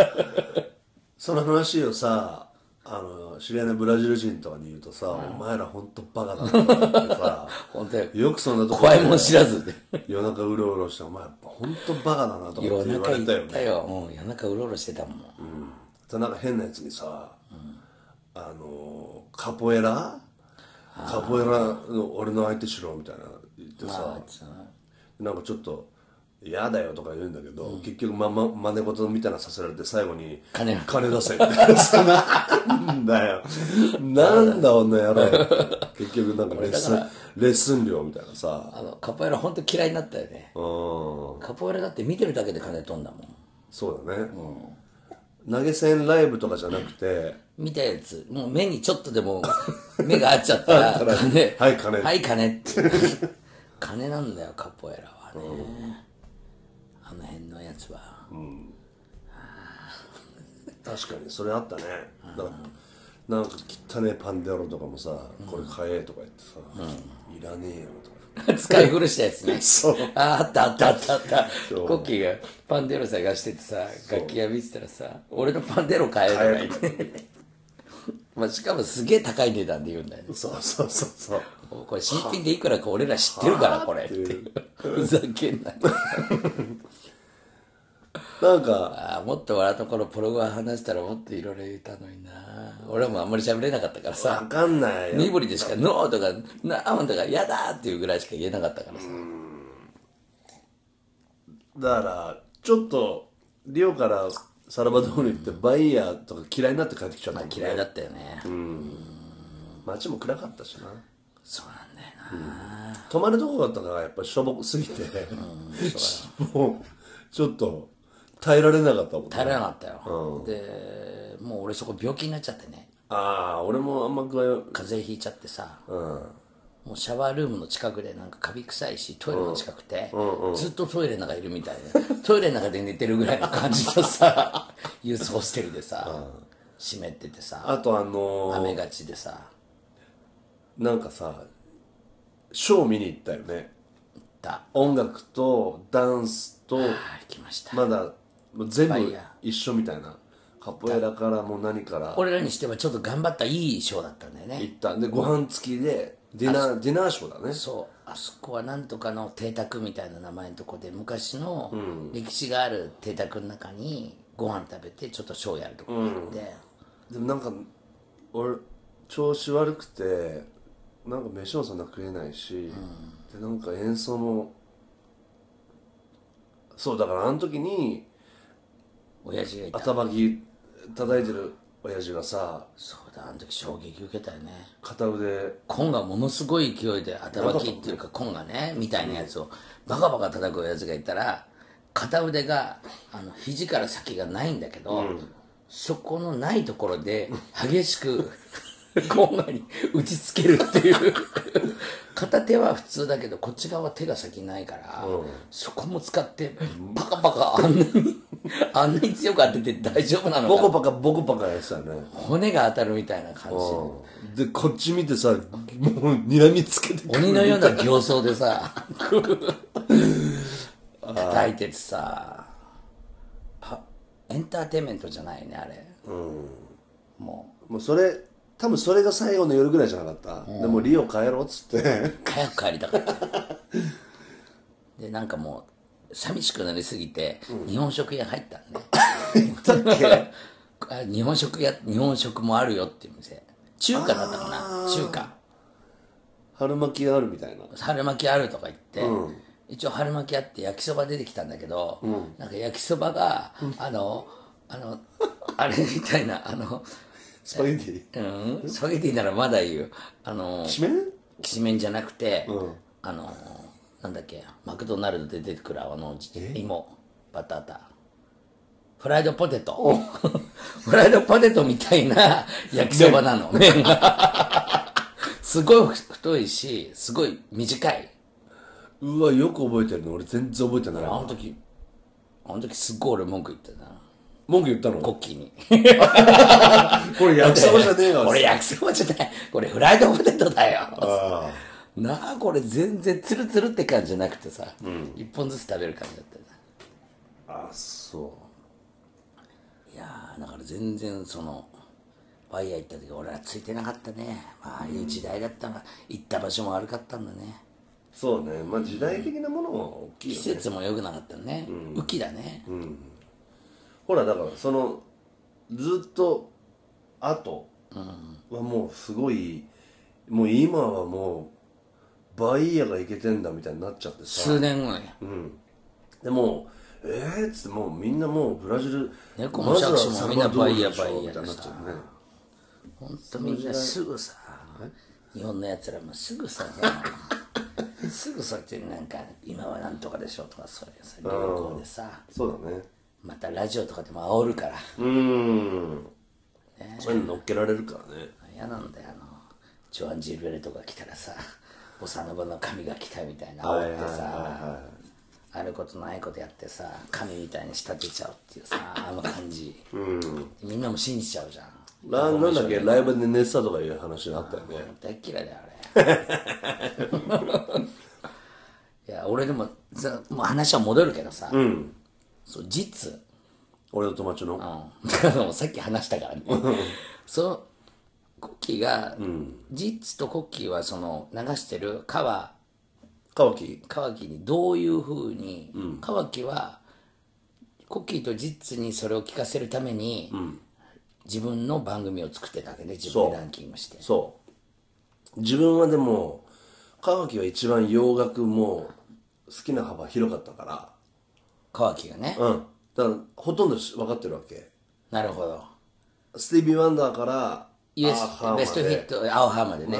[SPEAKER 2] その話をさあの知り合いのブラジル人とかに言うとさ、お前らほんとバカだなって さ
[SPEAKER 1] 本当よ
[SPEAKER 2] よくそんなとこ
[SPEAKER 1] 怖いもん知らずで
[SPEAKER 2] 夜中うろうろしてお前やっぱほんとバカだなと思っ
[SPEAKER 1] 夜
[SPEAKER 2] て言わ
[SPEAKER 1] 中
[SPEAKER 2] れたよ
[SPEAKER 1] 行
[SPEAKER 2] ね
[SPEAKER 1] ったよ、うん、夜中うろうろしてたもん、
[SPEAKER 2] でなんか変なやつにさ、あのカポエラカポエラの俺の相手しろみたいな言ってさ、なんかちょっと「嫌だよ」とか言うんだけど、結局まま真似事みたいなのさせられて最後に「
[SPEAKER 1] 金
[SPEAKER 2] 金出せ」ってなんだよなんだ女野郎結局なんかレッスンレッスン料みたいなさ
[SPEAKER 1] あのカポエラ本当嫌いになったよね
[SPEAKER 2] うん
[SPEAKER 1] カポエラだって見てるだけで金飛んだもん
[SPEAKER 2] そうだね、投げ銭ライブとかじゃなくて
[SPEAKER 1] 見たやつもう目にちょっとで も目が合っちゃったら金
[SPEAKER 2] はい金
[SPEAKER 1] はい金 って金なんだよカポエラはね、あの辺のやつは
[SPEAKER 2] 確かにそれあったねなんかなんか汚ねえパンデロとかもさ「これ買え」とか言ってさ「いらねえよ」とか
[SPEAKER 1] 使い古したやつね
[SPEAKER 2] そう
[SPEAKER 1] ああったあったあったあった
[SPEAKER 2] そう
[SPEAKER 1] コッキーがパンデロ探しててさ楽器屋見てたらさ俺のパンデロ買えとか言って、 まあ、しかもすげえ高い値段で言うんだよね
[SPEAKER 2] そうそうそうそう
[SPEAKER 1] これ新品でいくらか俺ら知ってるからこれっていう ふざけんな
[SPEAKER 2] なんか
[SPEAKER 1] あーもっと笑うところプログラム話したらもっといろいろ言えたのにな俺もあんまり喋れなかったからさ
[SPEAKER 2] わかんない
[SPEAKER 1] 身
[SPEAKER 2] よ
[SPEAKER 1] 振りでしか「ノー」とか「なーん」とか「やだ」っていうぐらいしか言えなかったからさ
[SPEAKER 2] だからちょっとリオからサラバドール行ってバイヤーとか嫌いになって帰ってきちゃったもんね
[SPEAKER 1] 嫌いだったよね
[SPEAKER 2] 街も暗かったしな
[SPEAKER 1] そうなんだよ
[SPEAKER 2] 泊まるとこだったからやっぱしょぼすぎてもうちょっと耐えられなかったもんね
[SPEAKER 1] 耐えられなかったよでもう俺そこ病気になっちゃってね
[SPEAKER 2] ああ俺もあんま具合
[SPEAKER 1] 風邪ひいちゃってさ
[SPEAKER 2] うん
[SPEAKER 1] もうシャワールームの近くでなんかカビ臭いしトイレも近くて、ずっとトイレの中いるみたいで トイレの中で寝てるぐらいの感じの さユースホステルでさ、湿っててさ
[SPEAKER 2] あとあの
[SPEAKER 1] 雨
[SPEAKER 2] ー、
[SPEAKER 1] がちでさ
[SPEAKER 2] なんかさショー見に行ったよね
[SPEAKER 1] だ
[SPEAKER 2] 音楽とダンスと
[SPEAKER 1] あー来ました、
[SPEAKER 2] まだもう
[SPEAKER 1] いっ
[SPEAKER 2] 全
[SPEAKER 1] ぱい
[SPEAKER 2] 部
[SPEAKER 1] や
[SPEAKER 2] 一緒みたいなカポエラからもう何から
[SPEAKER 1] 俺らにしてはちょっと頑張ったいいショーだったんだよね
[SPEAKER 2] 行ったでご飯付きでディナーディナーショーだね
[SPEAKER 1] そうあそこはなんとかの邸宅みたいな名前のとこで昔の歴史がある邸宅の中にご飯食べてちょっとショーやるとこがあって、
[SPEAKER 2] でもなんか俺調子悪くてなんか飯もそんな食えないし、でなんか演奏もそうだからあの時に
[SPEAKER 1] 親父がいた
[SPEAKER 2] 頭木叩いてる親父がさ
[SPEAKER 1] そうだあの時衝撃受けたよね
[SPEAKER 2] 片腕
[SPEAKER 1] コンがものすごい勢いで頭キっていうかコンがねみたいなやつをバカバカ叩くやつがいたら片腕があの肘から先がないんだけど、そこのないところで激しく コンガに打ちつけるっていう片手は普通だけどこっち側は手が先ないから、そこも使ってバカバカあんなにあんなに強く当てて大丈夫なの
[SPEAKER 2] ボ
[SPEAKER 1] か
[SPEAKER 2] コパカボコパカやってたね
[SPEAKER 1] 骨が当たるみたいな感じで
[SPEAKER 2] でこっち見てさもう睨みつけて
[SPEAKER 1] 鬼のような形相でさ叩いててさあエンターテインメントじゃないねあれ、も
[SPEAKER 2] もうそれ多分それが最後の夜ぐらいじゃなかった、でもうリオ帰ろうっつって
[SPEAKER 1] う早く帰りたかったでなんかもう寂しくなりすぎて、日本食屋入ったんねあ日本食屋日本食もあるよっていう店中華だったかな中華
[SPEAKER 2] 春巻きがあるみたいな
[SPEAKER 1] 春巻きあるとか言って、一応春巻きあって焼きそば出てきたんだけど、なんか焼きそばが、あのあのあれみたいなあの
[SPEAKER 2] スパゲティ
[SPEAKER 1] うんスパゲティならまだ言うあの
[SPEAKER 2] 締め
[SPEAKER 1] きしめんじゃなくて、あのなんだっけマクドナルドで出てくるあの芋バタータフライドポテト フライドポテトみたいな焼きそばなの麺が すごい太いしすごい短いう
[SPEAKER 2] わよく覚えてるの俺全然覚えてない
[SPEAKER 1] あの時あの時すっごい俺文句言ってたな
[SPEAKER 2] 文句言ったの
[SPEAKER 1] コ
[SPEAKER 2] こ
[SPEAKER 1] ッキーに
[SPEAKER 2] れ焼きそばじゃねえわ
[SPEAKER 1] 俺焼きそばじゃないこれフライドポテトだよ
[SPEAKER 2] あ
[SPEAKER 1] なあこれ全然ツルツルって感じじゃなくてさ、一本ずつ食べる感じだったよな
[SPEAKER 2] あそう
[SPEAKER 1] いやーだから全然そのファイヤー行った時俺はついてなかったねまあああいう時代だったな行った場所も悪かったんだね
[SPEAKER 2] そうねまあ時代的なものは大きい
[SPEAKER 1] 季
[SPEAKER 2] よ
[SPEAKER 1] 節も良くなかったね、雨季だね、
[SPEAKER 2] ほらだからそのずっと後はもうすごいもう今はもうバイヤーがいけてんだみたいになっちゃってさ
[SPEAKER 1] 数年後に
[SPEAKER 2] でもうえー、っつってもうみんなもうブラジル
[SPEAKER 1] 猫もシャクシもみんなバイヤーバイヤー
[SPEAKER 2] みたいになっちゃうね
[SPEAKER 1] ほんとみんなすぐさ日本のやつらもすぐさ すぐそうやってなんか今はなんとかでしょうとかそういうさ流行でさ
[SPEAKER 2] そうだね
[SPEAKER 1] またラジオとかでも煽るから
[SPEAKER 2] うーんそういうの乗っけられるからね
[SPEAKER 1] 嫌なんだよあのジョアン・ジルベルトが来たらさボサノバの神が来たみたいな煽ってさあることないことやってさ神みたいに仕立てちゃうっていうさあの感じみんなも信じちゃうじゃん
[SPEAKER 2] ラなんだっけライブで寝てたとかいう話があったよね
[SPEAKER 1] 大っ嫌いだよあれ いや俺でもざもう話は戻るけどさ、そう実、
[SPEAKER 2] 俺の友達の
[SPEAKER 1] うん、だからもう さっき話したからねそのコッキーが、実とコッキーはその流してる川
[SPEAKER 2] 川木
[SPEAKER 1] 川木にどういうふうに、川木はコッキーとジッツにそれを聞かせるために、自分の番組を作ってたわけね自分でランキングして
[SPEAKER 2] そう自分はでも川木は一番洋楽も好きな幅広かったか
[SPEAKER 1] 川木がね、
[SPEAKER 2] らうんだからほとんどし分かってるわけ
[SPEAKER 1] なるほど
[SPEAKER 2] スティービー・ワンダーから
[SPEAKER 1] イエ
[SPEAKER 2] アーハーま
[SPEAKER 1] ス
[SPEAKER 2] で
[SPEAKER 1] ベストヒットアオハーまでね、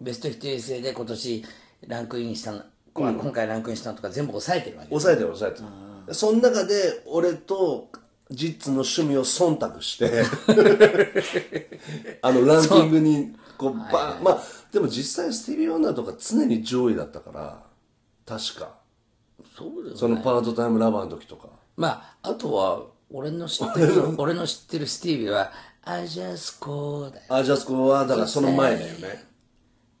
[SPEAKER 1] ベストヒット USA で今年ランクインしたの、こ今回ランクインしたのとか全部抑えてるわけ
[SPEAKER 2] 抑えてる抑えてるその中で俺と ジッツの趣味を忖度してあのランキングにこうバーン、まあでも実際スティービー・ワンダーとか常に上位だったから確か
[SPEAKER 1] そうだよ
[SPEAKER 2] そのパートタイムラバーの時とか
[SPEAKER 1] まああとは俺の知ってる俺の知ってるスティービーは「I just call だよ
[SPEAKER 2] あじゃあそこはだからその前だよね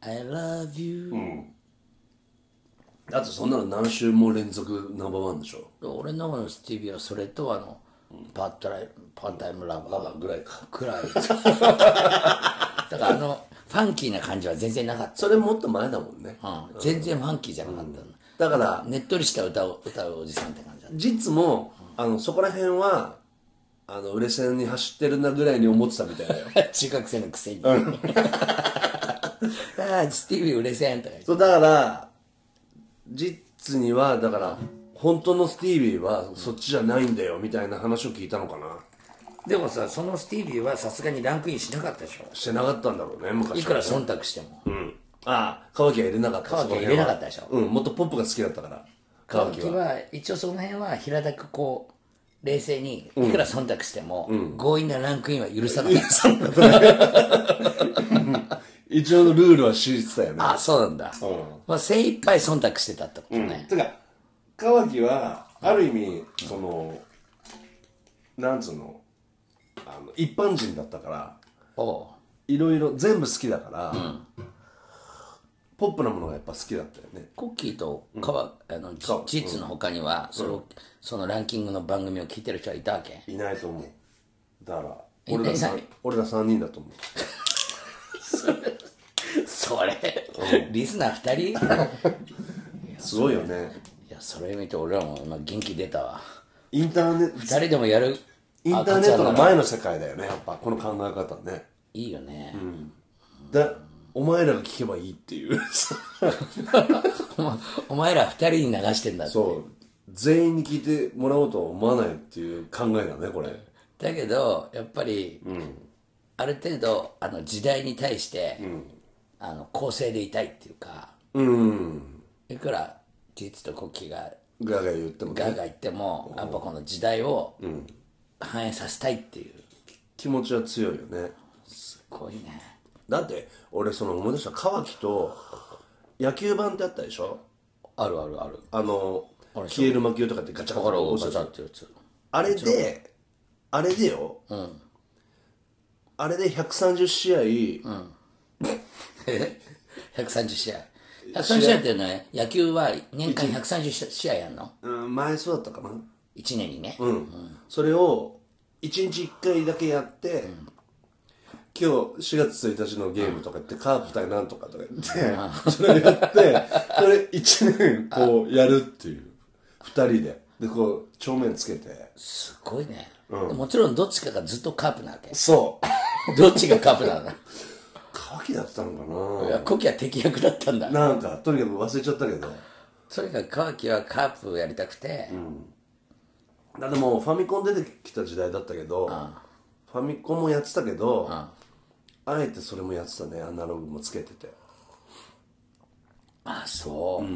[SPEAKER 1] I love you、
[SPEAKER 2] だってそんなの何週も連続ナンバーワンでしょ
[SPEAKER 1] 俺の方のスティービーはそれとあの、パートライパータイムラバー
[SPEAKER 2] ぐらいか
[SPEAKER 1] くらいだからあのファンキーな感じは全然なかった
[SPEAKER 2] それもっと前だもんね、
[SPEAKER 1] うん全然ファンキーじゃなかったの、
[SPEAKER 2] だから
[SPEAKER 1] ねっとりした歌を歌うおじさんって感じだっ
[SPEAKER 2] 実もあのそこら辺はあの売れ線に走ってるなぐらいに思ってたみたいだよ
[SPEAKER 1] た 中学生のくせに、 ああスティービー売れせんとか言って
[SPEAKER 2] そうだから実にはだから本当のスティービーはそっちじゃないんだよみたいな話を聞いたのかな
[SPEAKER 1] でもさそのスティービーはさすがにランクインしなかったでしょ
[SPEAKER 2] してなかったんだろうね昔はい
[SPEAKER 1] くら忖度しても
[SPEAKER 2] うんああ乾きは入れなかった
[SPEAKER 1] 川木は入れなかったでしょ
[SPEAKER 2] その辺はうんもっとポップが好きだったから
[SPEAKER 1] 川
[SPEAKER 2] 乾き
[SPEAKER 1] 木
[SPEAKER 2] は
[SPEAKER 1] は一応その辺は平たくこう冷静にいくら忖度しても、強引なランクインは許さなかった、
[SPEAKER 2] 一応ルールは知ってたよね
[SPEAKER 1] ああそうなんだ、まあ、精一杯忖度してたってことね、
[SPEAKER 2] てか川木はある意味そのなんつうのあの一般人だったから
[SPEAKER 1] おう
[SPEAKER 2] いろいろ全部好きだから、ポップなものがやっぱ好きだったよね
[SPEAKER 1] コッキーとカバ、あのジジーツの他にはそれを、そのランキングの番組を聞いてる人はいたわけ
[SPEAKER 2] いないと思うだから
[SPEAKER 1] い
[SPEAKER 2] 俺ら
[SPEAKER 1] いない
[SPEAKER 2] 三俺ら3人だと思う
[SPEAKER 1] それ、リスナー2人
[SPEAKER 2] すごいよね
[SPEAKER 1] いやそれ見て俺らも今元気出たわ
[SPEAKER 2] インターネ
[SPEAKER 1] 2人でもやる
[SPEAKER 2] インターネットの前の世界だよねやっぱこの考え方ね
[SPEAKER 1] いいよね、
[SPEAKER 2] だお前らが聞けばいいっていう
[SPEAKER 1] お前 お前ら2人に流してんだって
[SPEAKER 2] そう全員に聞いてもらおうとは思わないっていう考えだねこれ
[SPEAKER 1] だけどやっぱり、ある程度あの時代に対して、あの公正でいたいっていうか
[SPEAKER 2] うん
[SPEAKER 1] いくらジーツとコッキーが
[SPEAKER 2] ガーガー言っても
[SPEAKER 1] ガーガー言ってもやっぱこの時代を反映させたいっていう
[SPEAKER 2] 気持ちは強いよね
[SPEAKER 1] すごいね
[SPEAKER 2] だって俺その思い出した川木と野球盤ってあったでしょ
[SPEAKER 1] あるあるある
[SPEAKER 2] あの消える魔球とかってガチャガ
[SPEAKER 1] だか
[SPEAKER 2] チャ
[SPEAKER 1] らお
[SPEAKER 2] 押
[SPEAKER 1] ば
[SPEAKER 2] し
[SPEAKER 1] ちゃん
[SPEAKER 2] て
[SPEAKER 1] ってやつ
[SPEAKER 2] あれであれでよ、あれで130試合、
[SPEAKER 1] 130試合130試合っていうのはね野球は年間130試合やんの
[SPEAKER 2] うん、前そうだったかな
[SPEAKER 1] 1年にね、
[SPEAKER 2] うん、それを1日1回だけやって、今日4月1日のゲームとかやって、カープ対なんとかとかやって、それやって、それ1年こうやるっていう、2人で。で、こう、正面つけて。
[SPEAKER 1] すごいね、もちろんどっちかがずっとカープなわけ
[SPEAKER 2] そう。
[SPEAKER 1] どっちがカープなの
[SPEAKER 2] 乾きだったの
[SPEAKER 1] い
[SPEAKER 2] か
[SPEAKER 1] やコッキーは敵役だったんだ
[SPEAKER 2] ななんか、とにかく忘れちゃったけど。
[SPEAKER 1] とにかく川木はカープをやりたくて、
[SPEAKER 2] だってもうファミコン出てきた時代だったけど、ファミコンもやってたけど、あえてそれもやってたね、アナログもつけてて。
[SPEAKER 1] ああそう、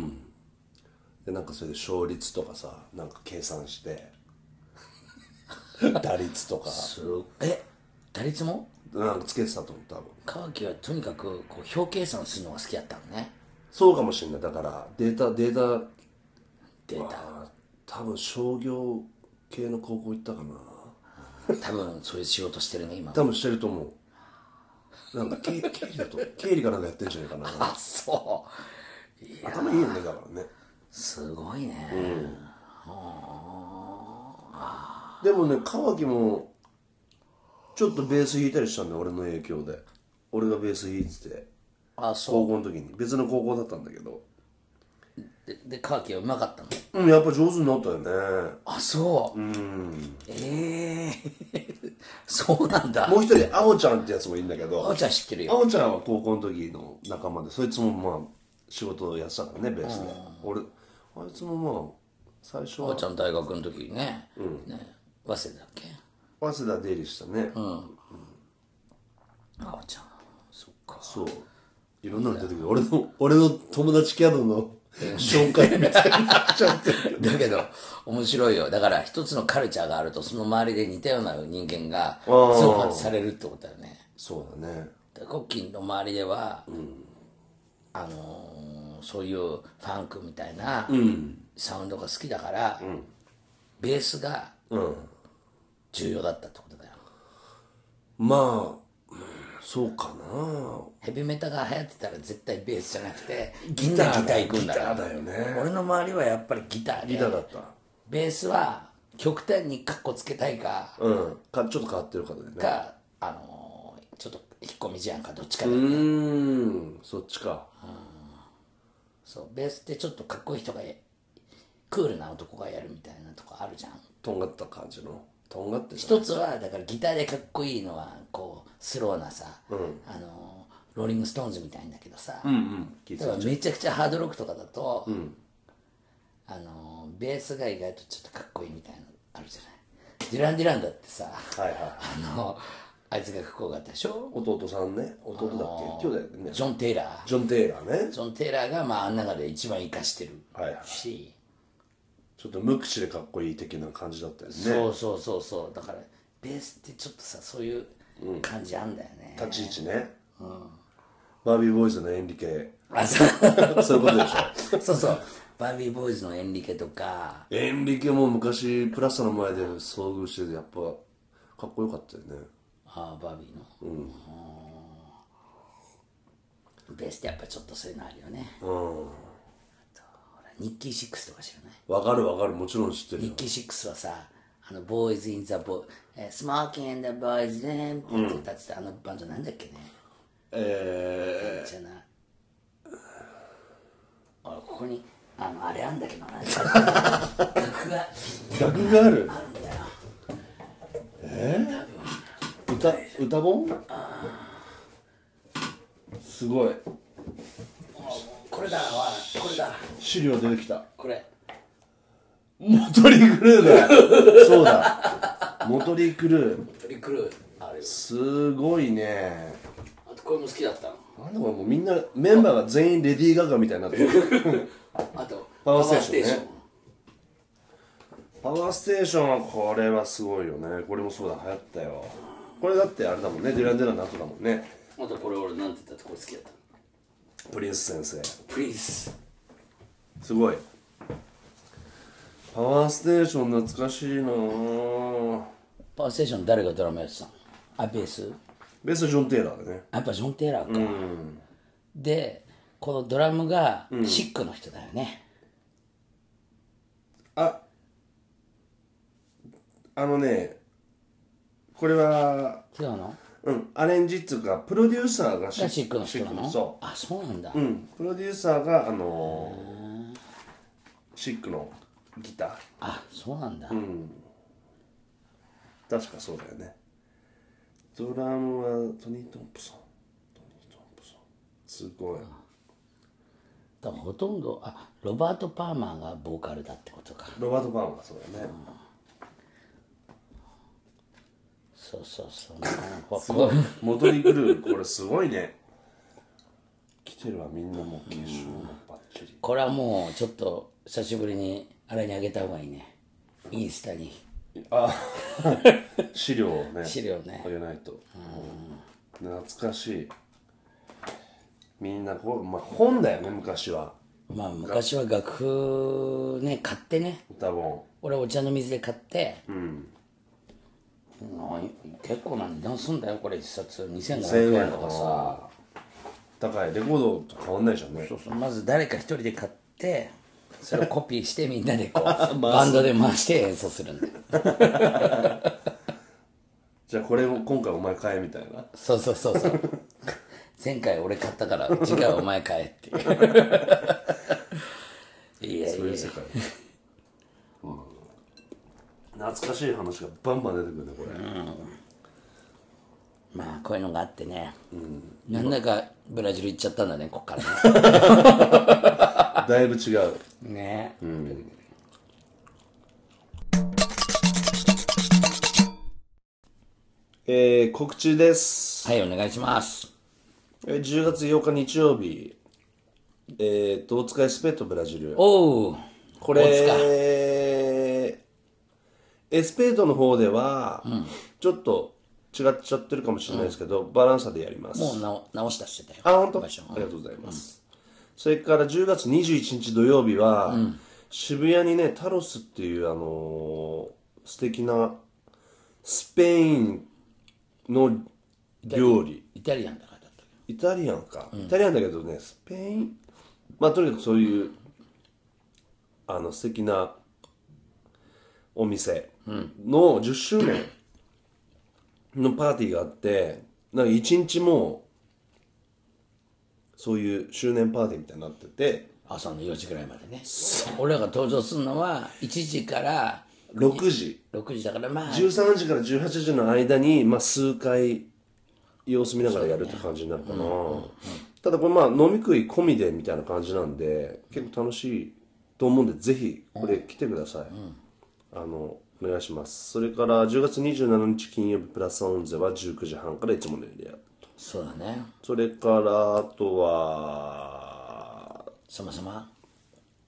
[SPEAKER 2] でなんかそれで勝率とかさなんか計算して打率とか
[SPEAKER 1] すえ打率も
[SPEAKER 2] なんかつけてたと思う多分
[SPEAKER 1] 川木はとにかくこう表計算するのが好きだったの ね
[SPEAKER 2] そうかもしれないだからデータデー
[SPEAKER 1] データ
[SPEAKER 2] タ多分商業系の高校行ったかな
[SPEAKER 1] 多分そういう仕事してるね今
[SPEAKER 2] 多分してると思うなんか経経理だ と経理かなんかやってんじゃないかな
[SPEAKER 1] あそ
[SPEAKER 2] 頭いいよねだからね
[SPEAKER 1] うすごいね、
[SPEAKER 2] でもね川木もちょっとベース弾いたりしたんだよ俺の影響で俺がベース弾いてて
[SPEAKER 1] あそ
[SPEAKER 2] 高校の時に別の高校だったんだけど
[SPEAKER 1] うでで川木はうまかったの
[SPEAKER 2] うん、やっぱ上手になったよね。
[SPEAKER 1] あそう、ええ そうなんだ
[SPEAKER 2] もう一人、あおちゃんってやつもいいんだけ
[SPEAKER 1] あお
[SPEAKER 2] ど、
[SPEAKER 1] ちゃん知ってる
[SPEAKER 2] あ
[SPEAKER 1] よ
[SPEAKER 2] おちゃんは高校の時の仲間で、そいつもまあ、仕事をやってたからね、ベースで。俺、あいつもまあ、最初
[SPEAKER 1] あお
[SPEAKER 2] は、
[SPEAKER 1] ちゃん大学の時にね,、ね早稲田だっけ
[SPEAKER 2] 早稲田出入りしたね。
[SPEAKER 1] あおちゃんそっか
[SPEAKER 2] そう。いろんなの出てくる。俺の、俺の友達キャラの紹介みたいになっちゃってる。
[SPEAKER 1] だけど面白いよだから一つのカルチャーがあるとその周りで似たような人間が
[SPEAKER 2] ー
[SPEAKER 1] 増発されるってことだよね
[SPEAKER 2] そうだね。
[SPEAKER 1] でコッキーの周りでは、あのーそういうファンクみたいなサウンドが好きだから、ベースが
[SPEAKER 2] うん
[SPEAKER 1] 重要だったってことだよ
[SPEAKER 2] まあ、うんそうかな
[SPEAKER 1] ヘビメタが流行ってたら絶対ベースじゃなくてみんなギター行くんだから
[SPEAKER 2] ギターだよね
[SPEAKER 1] 俺の周りはやっぱりギターで
[SPEAKER 2] ギターだった
[SPEAKER 1] ベースは極端にカッコつけたいか、
[SPEAKER 2] うんかちょっと変わってる方だよね
[SPEAKER 1] かあのーちょっと引っ込み思案かどっちかで、
[SPEAKER 2] うーんそっちか
[SPEAKER 1] そうベースってちょっとかっこいい人がやクールな男がやるみたいなとこあるじゃん
[SPEAKER 2] とんがった感じのとんがってた
[SPEAKER 1] 一つはだからギターでかっこいいのはこうスローなさ、あのーローリング・ストーンズみたいんだけどさ、
[SPEAKER 2] うんうん聞い
[SPEAKER 1] だからめちゃくちゃハードロックとかだと、あのーベースが意外とちょっとかっこいいみたいなのあるじゃないデュラン・デュランだってさ
[SPEAKER 2] たはいはい
[SPEAKER 1] あのあいつがかっこよかったでしょ
[SPEAKER 2] 弟さんね弟だっけ兄弟だよね
[SPEAKER 1] ジョン・テイラー
[SPEAKER 2] ジョン・テイラーね
[SPEAKER 1] ジョン・テイラーがまああん中で一番生かしてる
[SPEAKER 2] はいはい
[SPEAKER 1] し、
[SPEAKER 2] ちょっと無口でかっこいい的な感じだったよね
[SPEAKER 1] そうそうそうそうだからベースってちょっとさそういう感じあんだよね、
[SPEAKER 2] 立ち位置ねバービーボーイズのエンリケ
[SPEAKER 1] あそう
[SPEAKER 2] そういうことで し
[SPEAKER 1] そうそうバービーボーイズのエンリケとか
[SPEAKER 2] ょエンリケも昔プラスの前で遭遇しててやっぱかっこよかったよね
[SPEAKER 1] あーバービーの、うんベースってやっぱちょっとそういうのあるよねうんニッキーシックスとか知らない
[SPEAKER 2] わかるわかるもちろん知ってる
[SPEAKER 1] ニ
[SPEAKER 2] よ
[SPEAKER 1] ッキーシックスはさあのボーイズ・イン・ザ・ボーイスモーキン・ザ・ボーイズ・レンって歌ってたあのバンドなんだっけね、
[SPEAKER 2] え
[SPEAKER 1] じゃない俺ここにあのあれあんだけどな楽が
[SPEAKER 2] ー、楽があるえー、歌歌本すごい
[SPEAKER 1] これだわこれだ
[SPEAKER 2] 資料出てきた
[SPEAKER 1] これ
[SPEAKER 2] モトリークルーだよそうだモトリークルー
[SPEAKER 1] トリクルーあれ
[SPEAKER 2] すごいね
[SPEAKER 1] あとこれも好きだったの
[SPEAKER 2] なんだこれもうみんなメンバーが全員レディー・ガガみたいになってる
[SPEAKER 1] あと
[SPEAKER 2] パワーステーションね
[SPEAKER 1] パワ
[SPEAKER 2] パワーステーションはこれはすごいよねこれもそうだ流行ったよこれだってあれだもんねデュラン・デュランの後だもんね
[SPEAKER 1] またこれ俺なんて言ったってこれ好きだったの
[SPEAKER 2] プリンス先生
[SPEAKER 1] プリンス
[SPEAKER 2] すごいパワーステーション懐かしいなぁ
[SPEAKER 1] パワーステーション誰がドラマやってたのあベース
[SPEAKER 2] ベースはジョン・テイラーだね
[SPEAKER 1] やっぱジョン・テイラーか、でこのドラムがシックの人だよね、
[SPEAKER 2] ああのねこれは
[SPEAKER 1] 違うの
[SPEAKER 2] うんアレンジっていうかプロデューサーがシ
[SPEAKER 1] がシックの人な
[SPEAKER 2] シッ
[SPEAKER 1] の
[SPEAKER 2] クそ
[SPEAKER 1] あそうなんだ、
[SPEAKER 2] ううんプロデューサーがあのーシックのギター
[SPEAKER 1] あそうなんだ、
[SPEAKER 2] 確かそうだよねドラムはトニー・トンプソントニー・トンプソンすごい
[SPEAKER 1] だからほとんどあロバート・パーマーがボーカルだってことか
[SPEAKER 2] ロバート・バーンはそうだよね、
[SPEAKER 1] そうそう そうほら
[SPEAKER 2] すごい戻りくるこれすごいね来てるわみんなもう化粧もバッチリ
[SPEAKER 1] これはもうちょっと久しぶりにあれにあげた方がいいねインスタに
[SPEAKER 2] あ資料をね
[SPEAKER 1] 資料ね
[SPEAKER 2] あげないと、懐かしいみんなこう、まあ、本だよね昔は
[SPEAKER 1] まあ昔は楽譜ね買ってね
[SPEAKER 2] 歌本
[SPEAKER 1] 俺お茶の水で買ってうん結構な値段すんだよこれ一冊
[SPEAKER 2] 1000
[SPEAKER 1] 2700円
[SPEAKER 2] 円
[SPEAKER 1] とか
[SPEAKER 2] とか
[SPEAKER 1] さ
[SPEAKER 2] さ高いレコードと変わんないじゃんね
[SPEAKER 1] そうそうまず誰か一人で買ってそれをコピーしてみんなで こう
[SPEAKER 2] す
[SPEAKER 1] バンドで回して演奏するんだよ
[SPEAKER 2] じゃあこれを今回お前買えみたいな
[SPEAKER 1] そうそうそうそう前回俺買ったから次回お前買えって いういやい
[SPEAKER 2] そうい
[SPEAKER 1] や
[SPEAKER 2] う 世界、うん、懐かしい話がバンバン出てくるねこれ、
[SPEAKER 1] まあこういうのがあってね、なんだかブラジル行っちゃったんだねこっから
[SPEAKER 2] だいぶ違う
[SPEAKER 1] ねね、
[SPEAKER 2] えー、告知です、
[SPEAKER 1] はいお願いします
[SPEAKER 2] えー10月8日日曜日えーと大塚エスペットブラジル
[SPEAKER 1] おお
[SPEAKER 2] こ
[SPEAKER 1] 大塚
[SPEAKER 2] れエスペートの方では、ちょっと違っちゃってるかもしれないですけど、バランサでやります
[SPEAKER 1] もう直直したしてたよ
[SPEAKER 2] あ、本当。あ
[SPEAKER 1] 場
[SPEAKER 2] り
[SPEAKER 1] 所
[SPEAKER 2] がとうございます。それから10月21日土曜日は、渋谷にね、タロスっていう、あのー素敵なスペインの料理。
[SPEAKER 1] イタリアンだからだったけど
[SPEAKER 2] イタリアンか、イタリアンだけどね、スペイン、まあとにかくそういう、あの素敵なお店の10周年のパーティーがあって、なんか一日もうそういう周年パーティーみたいになってて、
[SPEAKER 1] 朝の4時ぐらいまでね俺らが登場するのは1時から
[SPEAKER 2] 6時、
[SPEAKER 1] 6時だからまあ
[SPEAKER 2] 13時から18時の間に、まあ数回様子見ながらやるって感じになるかな、ただこれまあ飲み食い込みでみたいな感じなんで結構楽しいと思うんでぜひこれ来てください、あのお願いしますそれから10月27日金曜日プラスオンゼは19時半からいつものエリア
[SPEAKER 1] そうだね
[SPEAKER 2] それからあとは
[SPEAKER 1] さまさま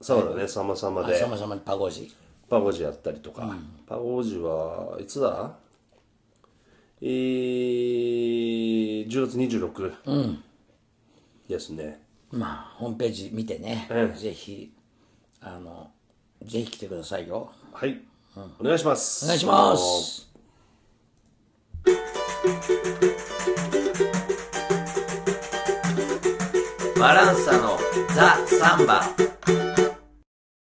[SPEAKER 2] そうだね「さまさま」で
[SPEAKER 1] さまさまパゴジ
[SPEAKER 2] パゴージやったりとか、パゴージはいつだえー、10月26ですね、
[SPEAKER 1] まあホームページ見てね、ぜひあのぜひ来てくださいよ
[SPEAKER 2] はい、お願いします
[SPEAKER 1] お願いします
[SPEAKER 3] バランサのザ・サンバ